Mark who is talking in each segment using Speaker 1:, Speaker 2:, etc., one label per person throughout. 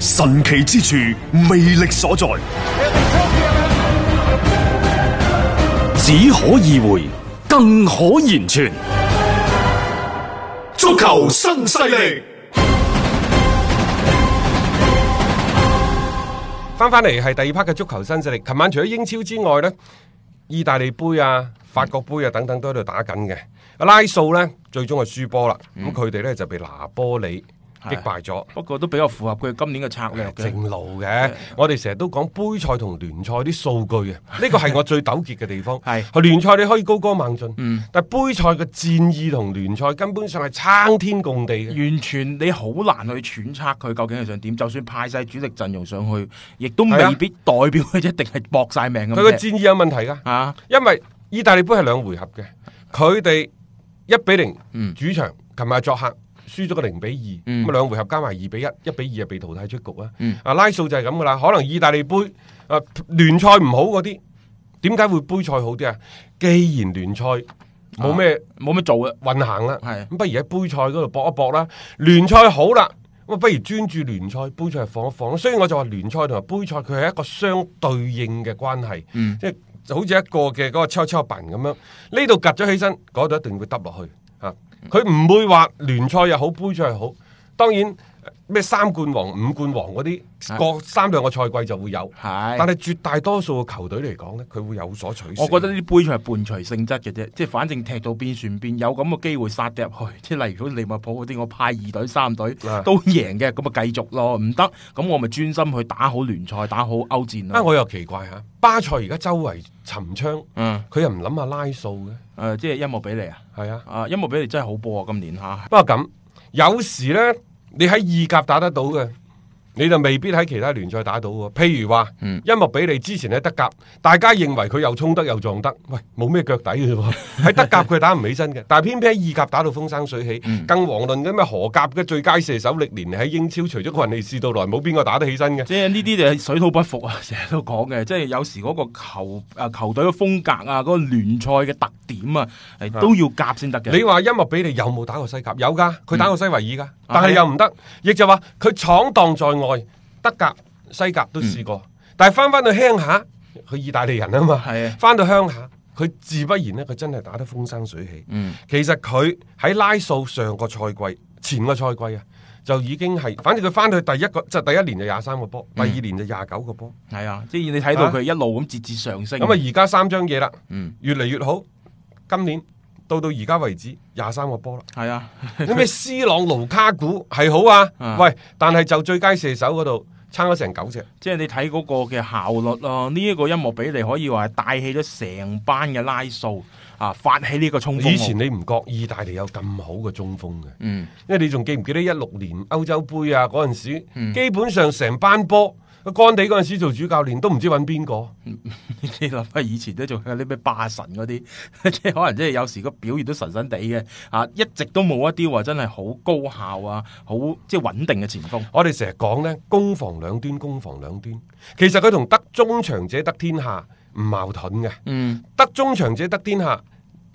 Speaker 1: 神奇之處，魅力所在，
Speaker 2: 只可意會，更可言傳。
Speaker 3: 足球新勢力，
Speaker 4: 翻翻嚟係第二 part 嘅足球新勢力。琴晚除咗英超之外呢，意大利杯啊、法國杯啊等等都喺度打緊嘅。拉素呢，最終係輸波啦，
Speaker 5: 嗯
Speaker 4: 咁佢哋呢就被拿波里擊敗咗。
Speaker 5: 不過都比較符合佢今年嘅策略嘅。
Speaker 4: 正路嘅，我哋成日都講杯賽同聯賽啲數據啊， 呢個係我最糾結嘅地方。
Speaker 5: 係嗯
Speaker 4: 係聯賽你可以高歌猛進，但杯賽嘅戰意同聯賽根本上係撐天共地嘅。
Speaker 5: 完全你好難去揣測佢究竟係想點，就算派晒主力陣容上去，亦都
Speaker 4: 係啊
Speaker 5: 未必代表佢一定係搏晒命咁
Speaker 4: 佢嘅
Speaker 5: 踢
Speaker 4: 戰意有問題㗎。
Speaker 5: 啊！
Speaker 4: 因為意大利杯係兩回合嘅，佢哋一比零主場，琴日作客。輸咗個零比二，咁啊兩回合加埋二比一，一比二就被淘汰出局啦。啊，拉數就係咁噶啦，可能意大利杯啊聯賽唔好嗰啲，點解會杯賽好啲啊？既然聯賽冇咩
Speaker 5: 冇乜做啊！
Speaker 4: 運行啦，
Speaker 5: 係
Speaker 4: 咁不如喺杯賽嗰度搏一搏啦。聯賽好啦，咁啊不如專注聯賽，杯賽放一放。所以我就話聯賽同埋杯賽佢係一個相對應嘅關係，
Speaker 5: 嗯
Speaker 4: 即係就好似一個嘅嗰個跷跷板咁樣，呢度趌咗起身，嗰度一定會耷落去啊！佢唔會話聯賽又好，杯賽又好，當然。咩三冠王、五冠王嗰啲，各三兩個賽季就會有，
Speaker 5: 係
Speaker 4: 但係絕大多數嘅球隊嚟講呢，佢會有所取捨。
Speaker 5: 我覺得呢啲杯賽係伴隨性質嘅啫，即係反正踢到邊算邊，有咁嘅機會殺入去。即係例如好似利物浦嗰啲，我派二隊三隊
Speaker 4: 啊
Speaker 5: 都贏嘅，咁咪繼續咯。唔得，咁我咪專心去打好聯賽，打好歐戰
Speaker 4: 啊，
Speaker 5: 咯。
Speaker 4: 我又奇怪吓，巴塞而家周圍沉槍，
Speaker 5: 嗯，
Speaker 4: 佢又唔諗下拉數嘅，
Speaker 5: 誒、即係音樂俾你啊！
Speaker 4: 係啊。
Speaker 5: 啊，音樂俾你真係好波啊！今年嚇，
Speaker 4: 不過咁，有時呢，你喺意甲打得到嘅，你就未必喺其他聯賽打到喎。譬如話，音樂比利之前喺德甲，大家認為佢又衝得又撞得，喂，冇咩腳底嘅喎。喺德甲佢打唔起身嘅，但係偏偏喺意甲打到風生水起，更遑論嘅咩荷甲嘅最佳射手歷年嚟喺英超，除咗雲尼士到來，冇邊個打得起身嘅。
Speaker 5: 即係呢啲就係水土不服啊！ 成日都講嘅，即係有時嗰個球啊球隊嘅風格啊，嗰、個聯賽嘅特點啊，係都要夾先得嘅。
Speaker 4: 你話音樂比利有冇打過西甲？有噶，佢打過西維爾噶，但
Speaker 5: 係
Speaker 4: 係
Speaker 5: 啊
Speaker 4: 又唔得。亦就話佢闖蕩在外，德甲、西甲都試過，但係翻翻到鄉下，佢意大利人啊嘛
Speaker 5: 嗯係啊，
Speaker 4: 翻到鄉下，佢自不然呢，佢真係打得風生水起。
Speaker 5: 嗯
Speaker 4: 其實佢喺拉素上個賽季、前個賽季啊，就已經係，反正佢翻去第一個即係第一年就廿三個波，
Speaker 5: 嗯
Speaker 4: 第二年就廿九個波。
Speaker 5: 係啊，即係你睇到佢一路咁節節上升。
Speaker 4: 咁啊，而家三張嘢啦，
Speaker 5: 嗯
Speaker 4: 越嚟越好。今年到到而家為止，廿三個波啦。
Speaker 5: 係啊，
Speaker 4: 你咩斯朗、盧卡古係好啊，
Speaker 5: 啊
Speaker 4: 喂，但係就最佳射手嗰度差咗成九隻，
Speaker 5: 即係你睇嗰個嘅效率咯，呢、一個音樂比例可以話係帶起咗成班嘅拉數啊，發起呢個衝鋒。
Speaker 4: 以前，你唔覺意大利有咁好嘅中鋒嘅，
Speaker 5: 嗯，
Speaker 4: 因為你仲記唔記得一六年歐洲杯啊嗰陣時，
Speaker 5: 嗯
Speaker 4: 基本上成班波，干地嗰陣時做主教練都唔知揾邊個，
Speaker 5: 你諗下以前都仲有啲咩霸神嗰啲， 即係可能即係有時個表現都神神地嘅啊，一直都冇一啲話真係好高效啊，好即係穩定嘅前鋒。
Speaker 4: 我哋成日講呢，攻防兩端，攻防兩端，其實佢同得中場者得天下唔矛盾嘅，
Speaker 5: 嗯，
Speaker 4: 得中場者得天下，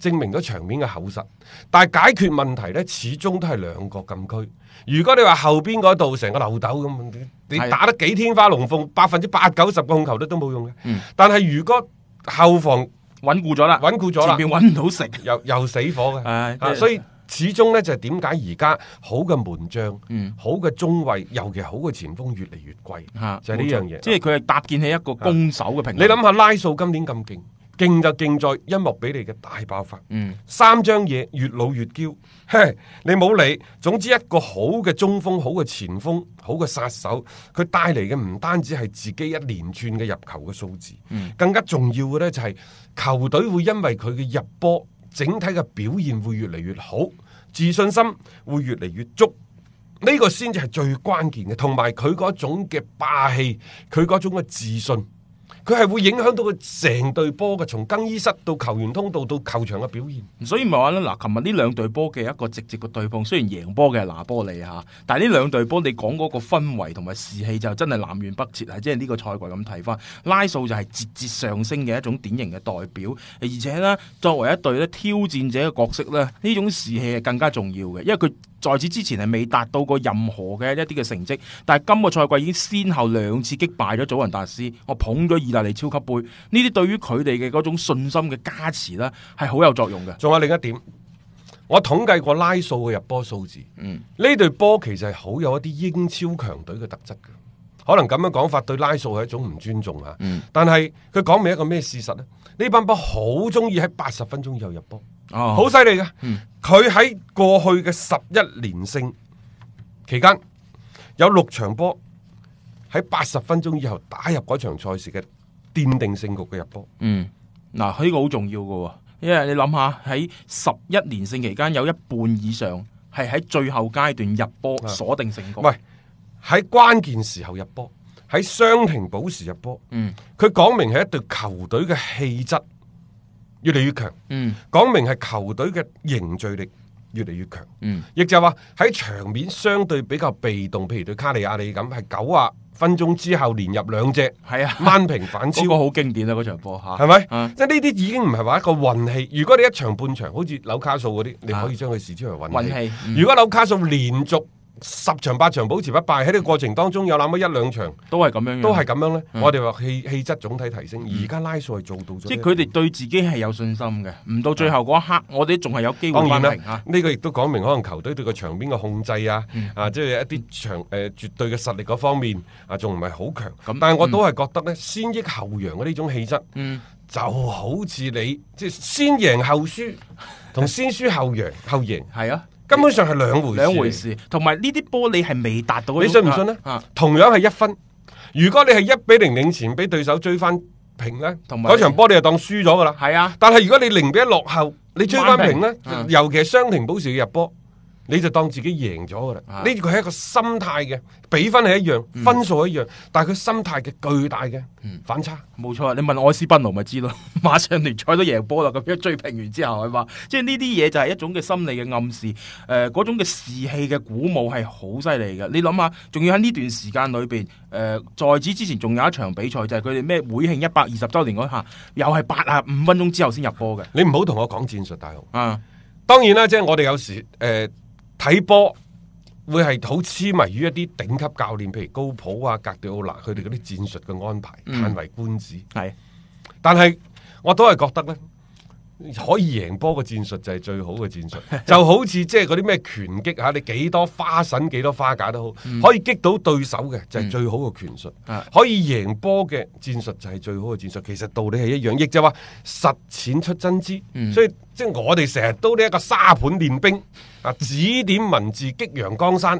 Speaker 4: 證明咗場面嘅厚實。但係解決問題呢，始終都係兩個禁區。如果你話後邊嗰度成個漏斗咁，你你
Speaker 5: 係
Speaker 4: 打得幾天花龍鳳，百分之八九十個控球率都冇用嘅。
Speaker 5: 嗯
Speaker 4: 但係如果後防
Speaker 5: 穩固咗啦，
Speaker 4: 穩固咗啦
Speaker 5: 前面揾 唔到食。
Speaker 4: 又又死火嘅，
Speaker 5: 唉
Speaker 4: 啊
Speaker 5: 即係
Speaker 4: 所以。始終呢，就係點解而家好嘅門將、
Speaker 5: 嗯
Speaker 4: 好嘅中衞，尤其係好嘅前鋒越嚟越貴，
Speaker 5: 嚇
Speaker 4: 就係呢樣嘢。
Speaker 5: 即係佢係搭建起一
Speaker 4: 啊
Speaker 5: 個攻守嘅平衡。
Speaker 4: 你諗下拉素今年咁勁，勁就勁在音樂比利嘅大爆發。
Speaker 5: 嗯
Speaker 4: 三張嘢越老越嬌， 嘿，你冇理。總之一個好嘅中鋒、好嘅前鋒、好嘅殺手，佢帶嚟嘅唔單止係自己一連串嘅入球嘅數字，更加重要嘅呢就係球隊會因為佢嘅入波，整體嘅表現會越嚟越好，自信心會越嚟越足。呢個先至係最關鍵嘅，同埋佢嗰種嘅霸氣，佢嗰種嘅自信，佢係會影響到佢成隊波嘅，從更衣室到球員通道到球場嘅表現。
Speaker 5: 所以咪話咧，嗱，琴日呢兩隊波嘅一個直接嘅對碰，雖然贏波嘅係拿波利嚇，但係呢兩隊波你講嗰個氛圍同埋士氣就真係南轅北轍，係即係呢個賽季咁睇翻，拉素就係節節上升嘅一種典型嘅代表，而且呢，作為一隊咧挑戰者嘅角色呢，呢種士氣係更加重要嘅，因為佢。在此之前係未達到過任何嘅一啲嘅成績，但係今個賽季已經先後兩次擊敗咗祖雲達斯，我捧咗意大利超級杯，呢啲對於佢哋嘅嗰種信心嘅加持呢，係好有作用嘅。
Speaker 4: 仲有另一點，我統計過拉數嘅入波數字，呢隊波其實係好有一啲英超強隊嘅特質嘅。可能咁樣講法對拉數係一種唔尊重啊。但係佢講明一個咩事實呢？呢班波好中意喺八十分鐘以後入波，
Speaker 5: 哦
Speaker 4: 好犀利嘅。佢喺、過去嘅十一連勝期間，有六場波喺八十分鐘以後打入嗰場賽事嘅奠定勝局嘅入波。
Speaker 5: 嗯，嗱，呢個好重要嘅喎，因為你諗下喺十一連勝期間有一半以上係喺最後階段入波鎖定勝
Speaker 4: 啊
Speaker 5: 局。
Speaker 4: 喂，喺關鍵時候入波，喺傷停補時入波，
Speaker 5: 嗯
Speaker 4: 佢講明係一隊球隊嘅氣質越嚟越強，
Speaker 5: 嗯
Speaker 4: 講明係球隊嘅凝聚力越嚟越強，
Speaker 5: 嗯
Speaker 4: 亦就係話喺場面相對比較被動，譬如對卡利亞里咁，係九啊分鐘之後連入兩隻，
Speaker 5: 係啊
Speaker 4: 扳平反超
Speaker 5: 嗰。個好經典啊！嗰場波嚇，
Speaker 4: 係咪？
Speaker 5: 啊
Speaker 4: 即係呢啲已經唔係話一個運氣。如果你一場半場，好似紐卡素嗰啲，你可以將佢視之為運氣。
Speaker 5: 啊運氣嗯
Speaker 4: 如果紐卡素連續十場八場保持不敗，喺呢個過程當中有那麼一兩場
Speaker 5: 都係咁樣樣，
Speaker 4: 都係咁樣呢，我哋話氣氣質總體提升。而家拉素係做到咗呢一
Speaker 5: 嗯即係
Speaker 4: 點，
Speaker 5: 佢哋對自己係有信心嘅，唔到最後嗰一刻，我哋仲係啊有機
Speaker 4: 嗯
Speaker 5: 會
Speaker 4: 當
Speaker 5: 扳
Speaker 4: 然
Speaker 5: 平嚇
Speaker 4: 啦。，呢個亦都講明可能球隊對個場面嘅控制啊，
Speaker 5: 嗯
Speaker 4: 啊，即係一啲場誒絕對嘅實力嗰方面啊，仲唔係好強
Speaker 5: 咁。嗯
Speaker 4: 但係我都係覺得呢，先抑後揚嘅呢種氣質，就好似你即係先贏後 輸，同先輸後揚後贏，
Speaker 5: 係啊，
Speaker 4: 根本上係兩回事
Speaker 5: 兩回。事。同埋呢啲波你係未達到嗰種，
Speaker 4: 你信唔信呢
Speaker 5: 啊？
Speaker 4: 同樣係一分，如果你係一比零領前俾對手追翻平呢，
Speaker 5: 同埋
Speaker 4: 嗰場波你就當輸咗噶啦。
Speaker 5: 係啊，
Speaker 4: 但係如果你零比一落後，你追翻平咧
Speaker 5: 扳平啊，
Speaker 4: 尤其係傷停補時嘅入波，你就當自己贏咗噶
Speaker 5: 啊嗯
Speaker 4: 啦。呢個係一個心態嘅，比分係一樣，分數係一樣，但係佢心態嘅巨大嘅反差。
Speaker 5: 冇錯，你問愛斯賓奴咪知咯， 馬上聯賽都贏波啦，咁樣追平完之後係嘛，即係呢啲嘢就係一種嘅心理嘅暗示，誒、嗰種嘅士氣嘅鼓舞係好犀利嘅。你諗下，仲要喺呢段時間裏邊，誒、在此之前仲有一場比賽就係佢哋咩會慶一百二十週年嗰下，又係八啊五分鐘之後先入波嘅，
Speaker 4: 你唔好同我講戰術，大雄。
Speaker 5: 啊，
Speaker 4: 當然啦，即係我哋有時誒睇波會係好痴迷於一啲頂級教練，譬如高普啊、格迪奧拿佢哋嗰啲戰術嘅安排，
Speaker 5: 嗯
Speaker 4: 歎為觀止。
Speaker 5: 係。
Speaker 4: 但係我都係覺得呢，可以贏波嘅戰術就係最好嘅戰術，就好似即係嗰啲咩拳擊嚇，你幾多花神幾多花架都好，可以擊到對手嘅就係最好嘅拳術，
Speaker 5: 啊
Speaker 4: 可以贏波嘅戰術就係最好嘅戰術。其實道理係一樣，亦就話實踐出真知。所以即係我哋成日都呢一個沙盤練兵啊，指點文字激揚江山。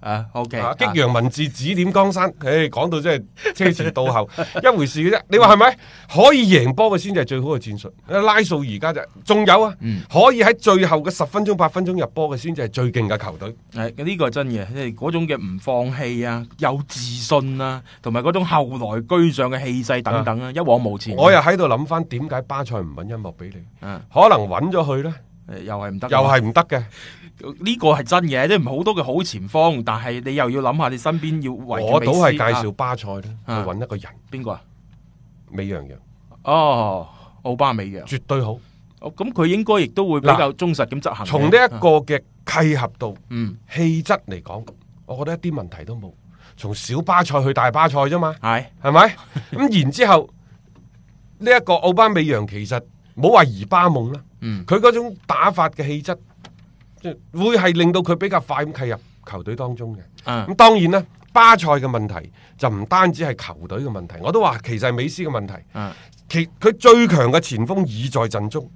Speaker 5: 啊，OK，
Speaker 4: 啊！激揚文字指點江山， 唉，講到真係車前到後 一回事嘅啫。你話係咪？可以贏波嘅先至係最好嘅戰術。拉數而家就仲有啊，
Speaker 5: 嗯
Speaker 4: 可以喺最後嘅十分鐘、八分鐘入波嘅先至係最勁嘅球隊。
Speaker 5: 係啊呢個係真嘅，即係嗰種嘅唔放棄啊，有自信啊，同埋嗰種後來居上嘅氣勢等等啊，一往無前。
Speaker 4: 我又喺度諗翻點解巴塞唔揾音樂俾你？
Speaker 5: 啊
Speaker 4: 可能揾咗佢呢，
Speaker 5: 誒又係唔得㗎
Speaker 4: 又
Speaker 5: 嘛，
Speaker 4: 係唔得嘅。
Speaker 5: 呢個係真嘅，即係唔好多嘅好前鋒，但係你又要諗下你身邊要圍
Speaker 4: 我倒係
Speaker 5: 係
Speaker 4: 介紹巴塞呢，去
Speaker 5: 啊
Speaker 4: 揾一個人
Speaker 5: 邊個啊？
Speaker 4: 美羊羊，
Speaker 5: 哦，奧巴美揚，
Speaker 4: 絕對好。
Speaker 5: 哦咁佢應該亦都會比較忠實咁執行嘅。
Speaker 4: 從呢一個嘅契合度、
Speaker 5: 嗯
Speaker 4: 氣質嚟講，我覺得一啲問題都冇。從小巴塞去大巴塞啫嘛。
Speaker 5: 嗯係
Speaker 4: 係咪？ 咁然之後呢一、個奧巴美揚其實冇話移巴夢啦，
Speaker 5: 嗯
Speaker 4: 佢嗰、種打法嘅氣質，即係會係令到佢比較快咁契入球隊當中嘅。
Speaker 5: 啊
Speaker 4: 咁當然啦，巴塞嘅問題就唔單止係球隊嘅問題，我都話其實係美斯嘅問題。
Speaker 5: 啊，
Speaker 4: 其佢最強嘅前鋒已在陣中，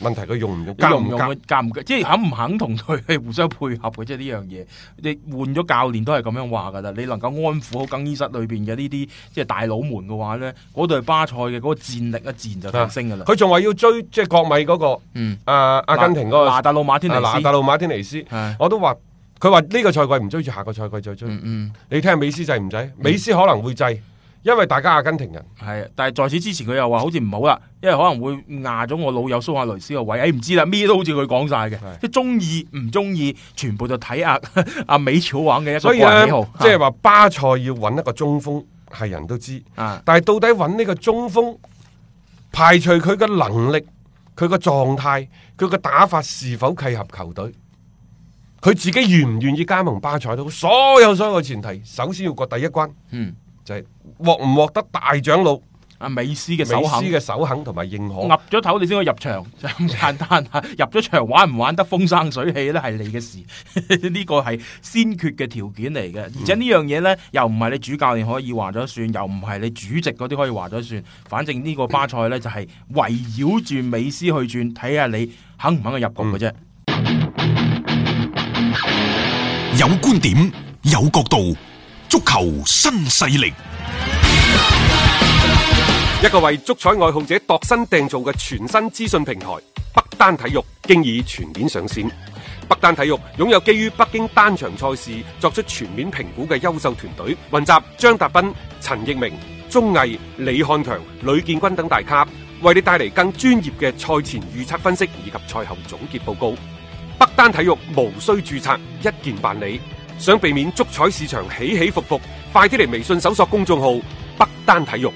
Speaker 4: 問題佢用唔用，夾
Speaker 5: 用
Speaker 4: 唔
Speaker 5: 唔用
Speaker 4: 夾
Speaker 5: 佢？夾唔夾？即係肯唔肯同佢係互相配合嘅，即係呢樣嘢。你換咗教練都係咁樣話㗎啦。你能夠安撫好更衣室裏邊嘅呢啲即係大佬們嘅話咧，嗰隊巴塞嘅嗰個戰力一自然就
Speaker 4: 啊
Speaker 5: 上升㗎啦。
Speaker 4: 佢仲話要追即係國米嗰、個，
Speaker 5: 嗯
Speaker 4: 啊阿根廷嗰、個
Speaker 5: 拿達魯馬天尼斯
Speaker 4: 啊拿達魯馬天尼斯
Speaker 5: 係，嗯
Speaker 4: 我都話佢話呢個賽季唔追住，下個賽季再追。
Speaker 5: 嗯
Speaker 4: 你睇下美斯制唔制？美斯可能會制，因為大家阿根廷人。
Speaker 5: 系，但係在此之前佢又話好似唔好啦，因為可能會壓咗我老友蘇亞雷斯個位，诶、唔知啦，咩都好似佢講晒嘅，即系中意唔中意，全部就睇阿阿美超玩嘅一個
Speaker 4: 所
Speaker 5: 個
Speaker 4: 以咧
Speaker 5: 人喜好，，
Speaker 4: 即係話巴塞要揾一個中鋒，係人都知。
Speaker 5: 啊
Speaker 4: 但係到底揾呢個中鋒，排除佢嘅能力、佢嘅狀態、佢嘅打法是否契合球隊，佢自己願唔願意加盟巴塞都好，所有所有嘅前提，首先要過第一關
Speaker 5: 嗯，
Speaker 4: 就係獲唔獲得大長老
Speaker 5: 阿美斯嘅
Speaker 4: 美斯
Speaker 5: 手肯。
Speaker 4: 嘅首肯同埋認可。
Speaker 5: 岌咗頭你先可以入場， 就咁簡單啊！入咗場玩唔玩得風生水起咧，係你嘅事， 呢個係先決嘅條件嚟嘅。而且呢樣嘢咧，又唔係你主教練可以話咗算，又唔係你主席嗰啲可以話咗算。反正呢個巴塞咧就係圍繞住美斯去轉，睇下你肯唔肯去入局嘅啫。
Speaker 3: 有观点，有角度，足球新势力。
Speaker 6: 一個為足彩愛好者度身訂造嘅全新資訊平台北單體育，經已全面上線。北單體育擁有基於北京單場賽事作出全面評估嘅優秀團隊，雲集張達斌、陳奕明、鐘毅、李漢強、呂建軍等大咖，為你帶嚟更專業嘅賽前預測分析以及賽後總結報告。北單體育無需註冊，一鍵辦理。想避免足彩市場起起伏伏，快啲嚟微信搜索公眾號北單體育。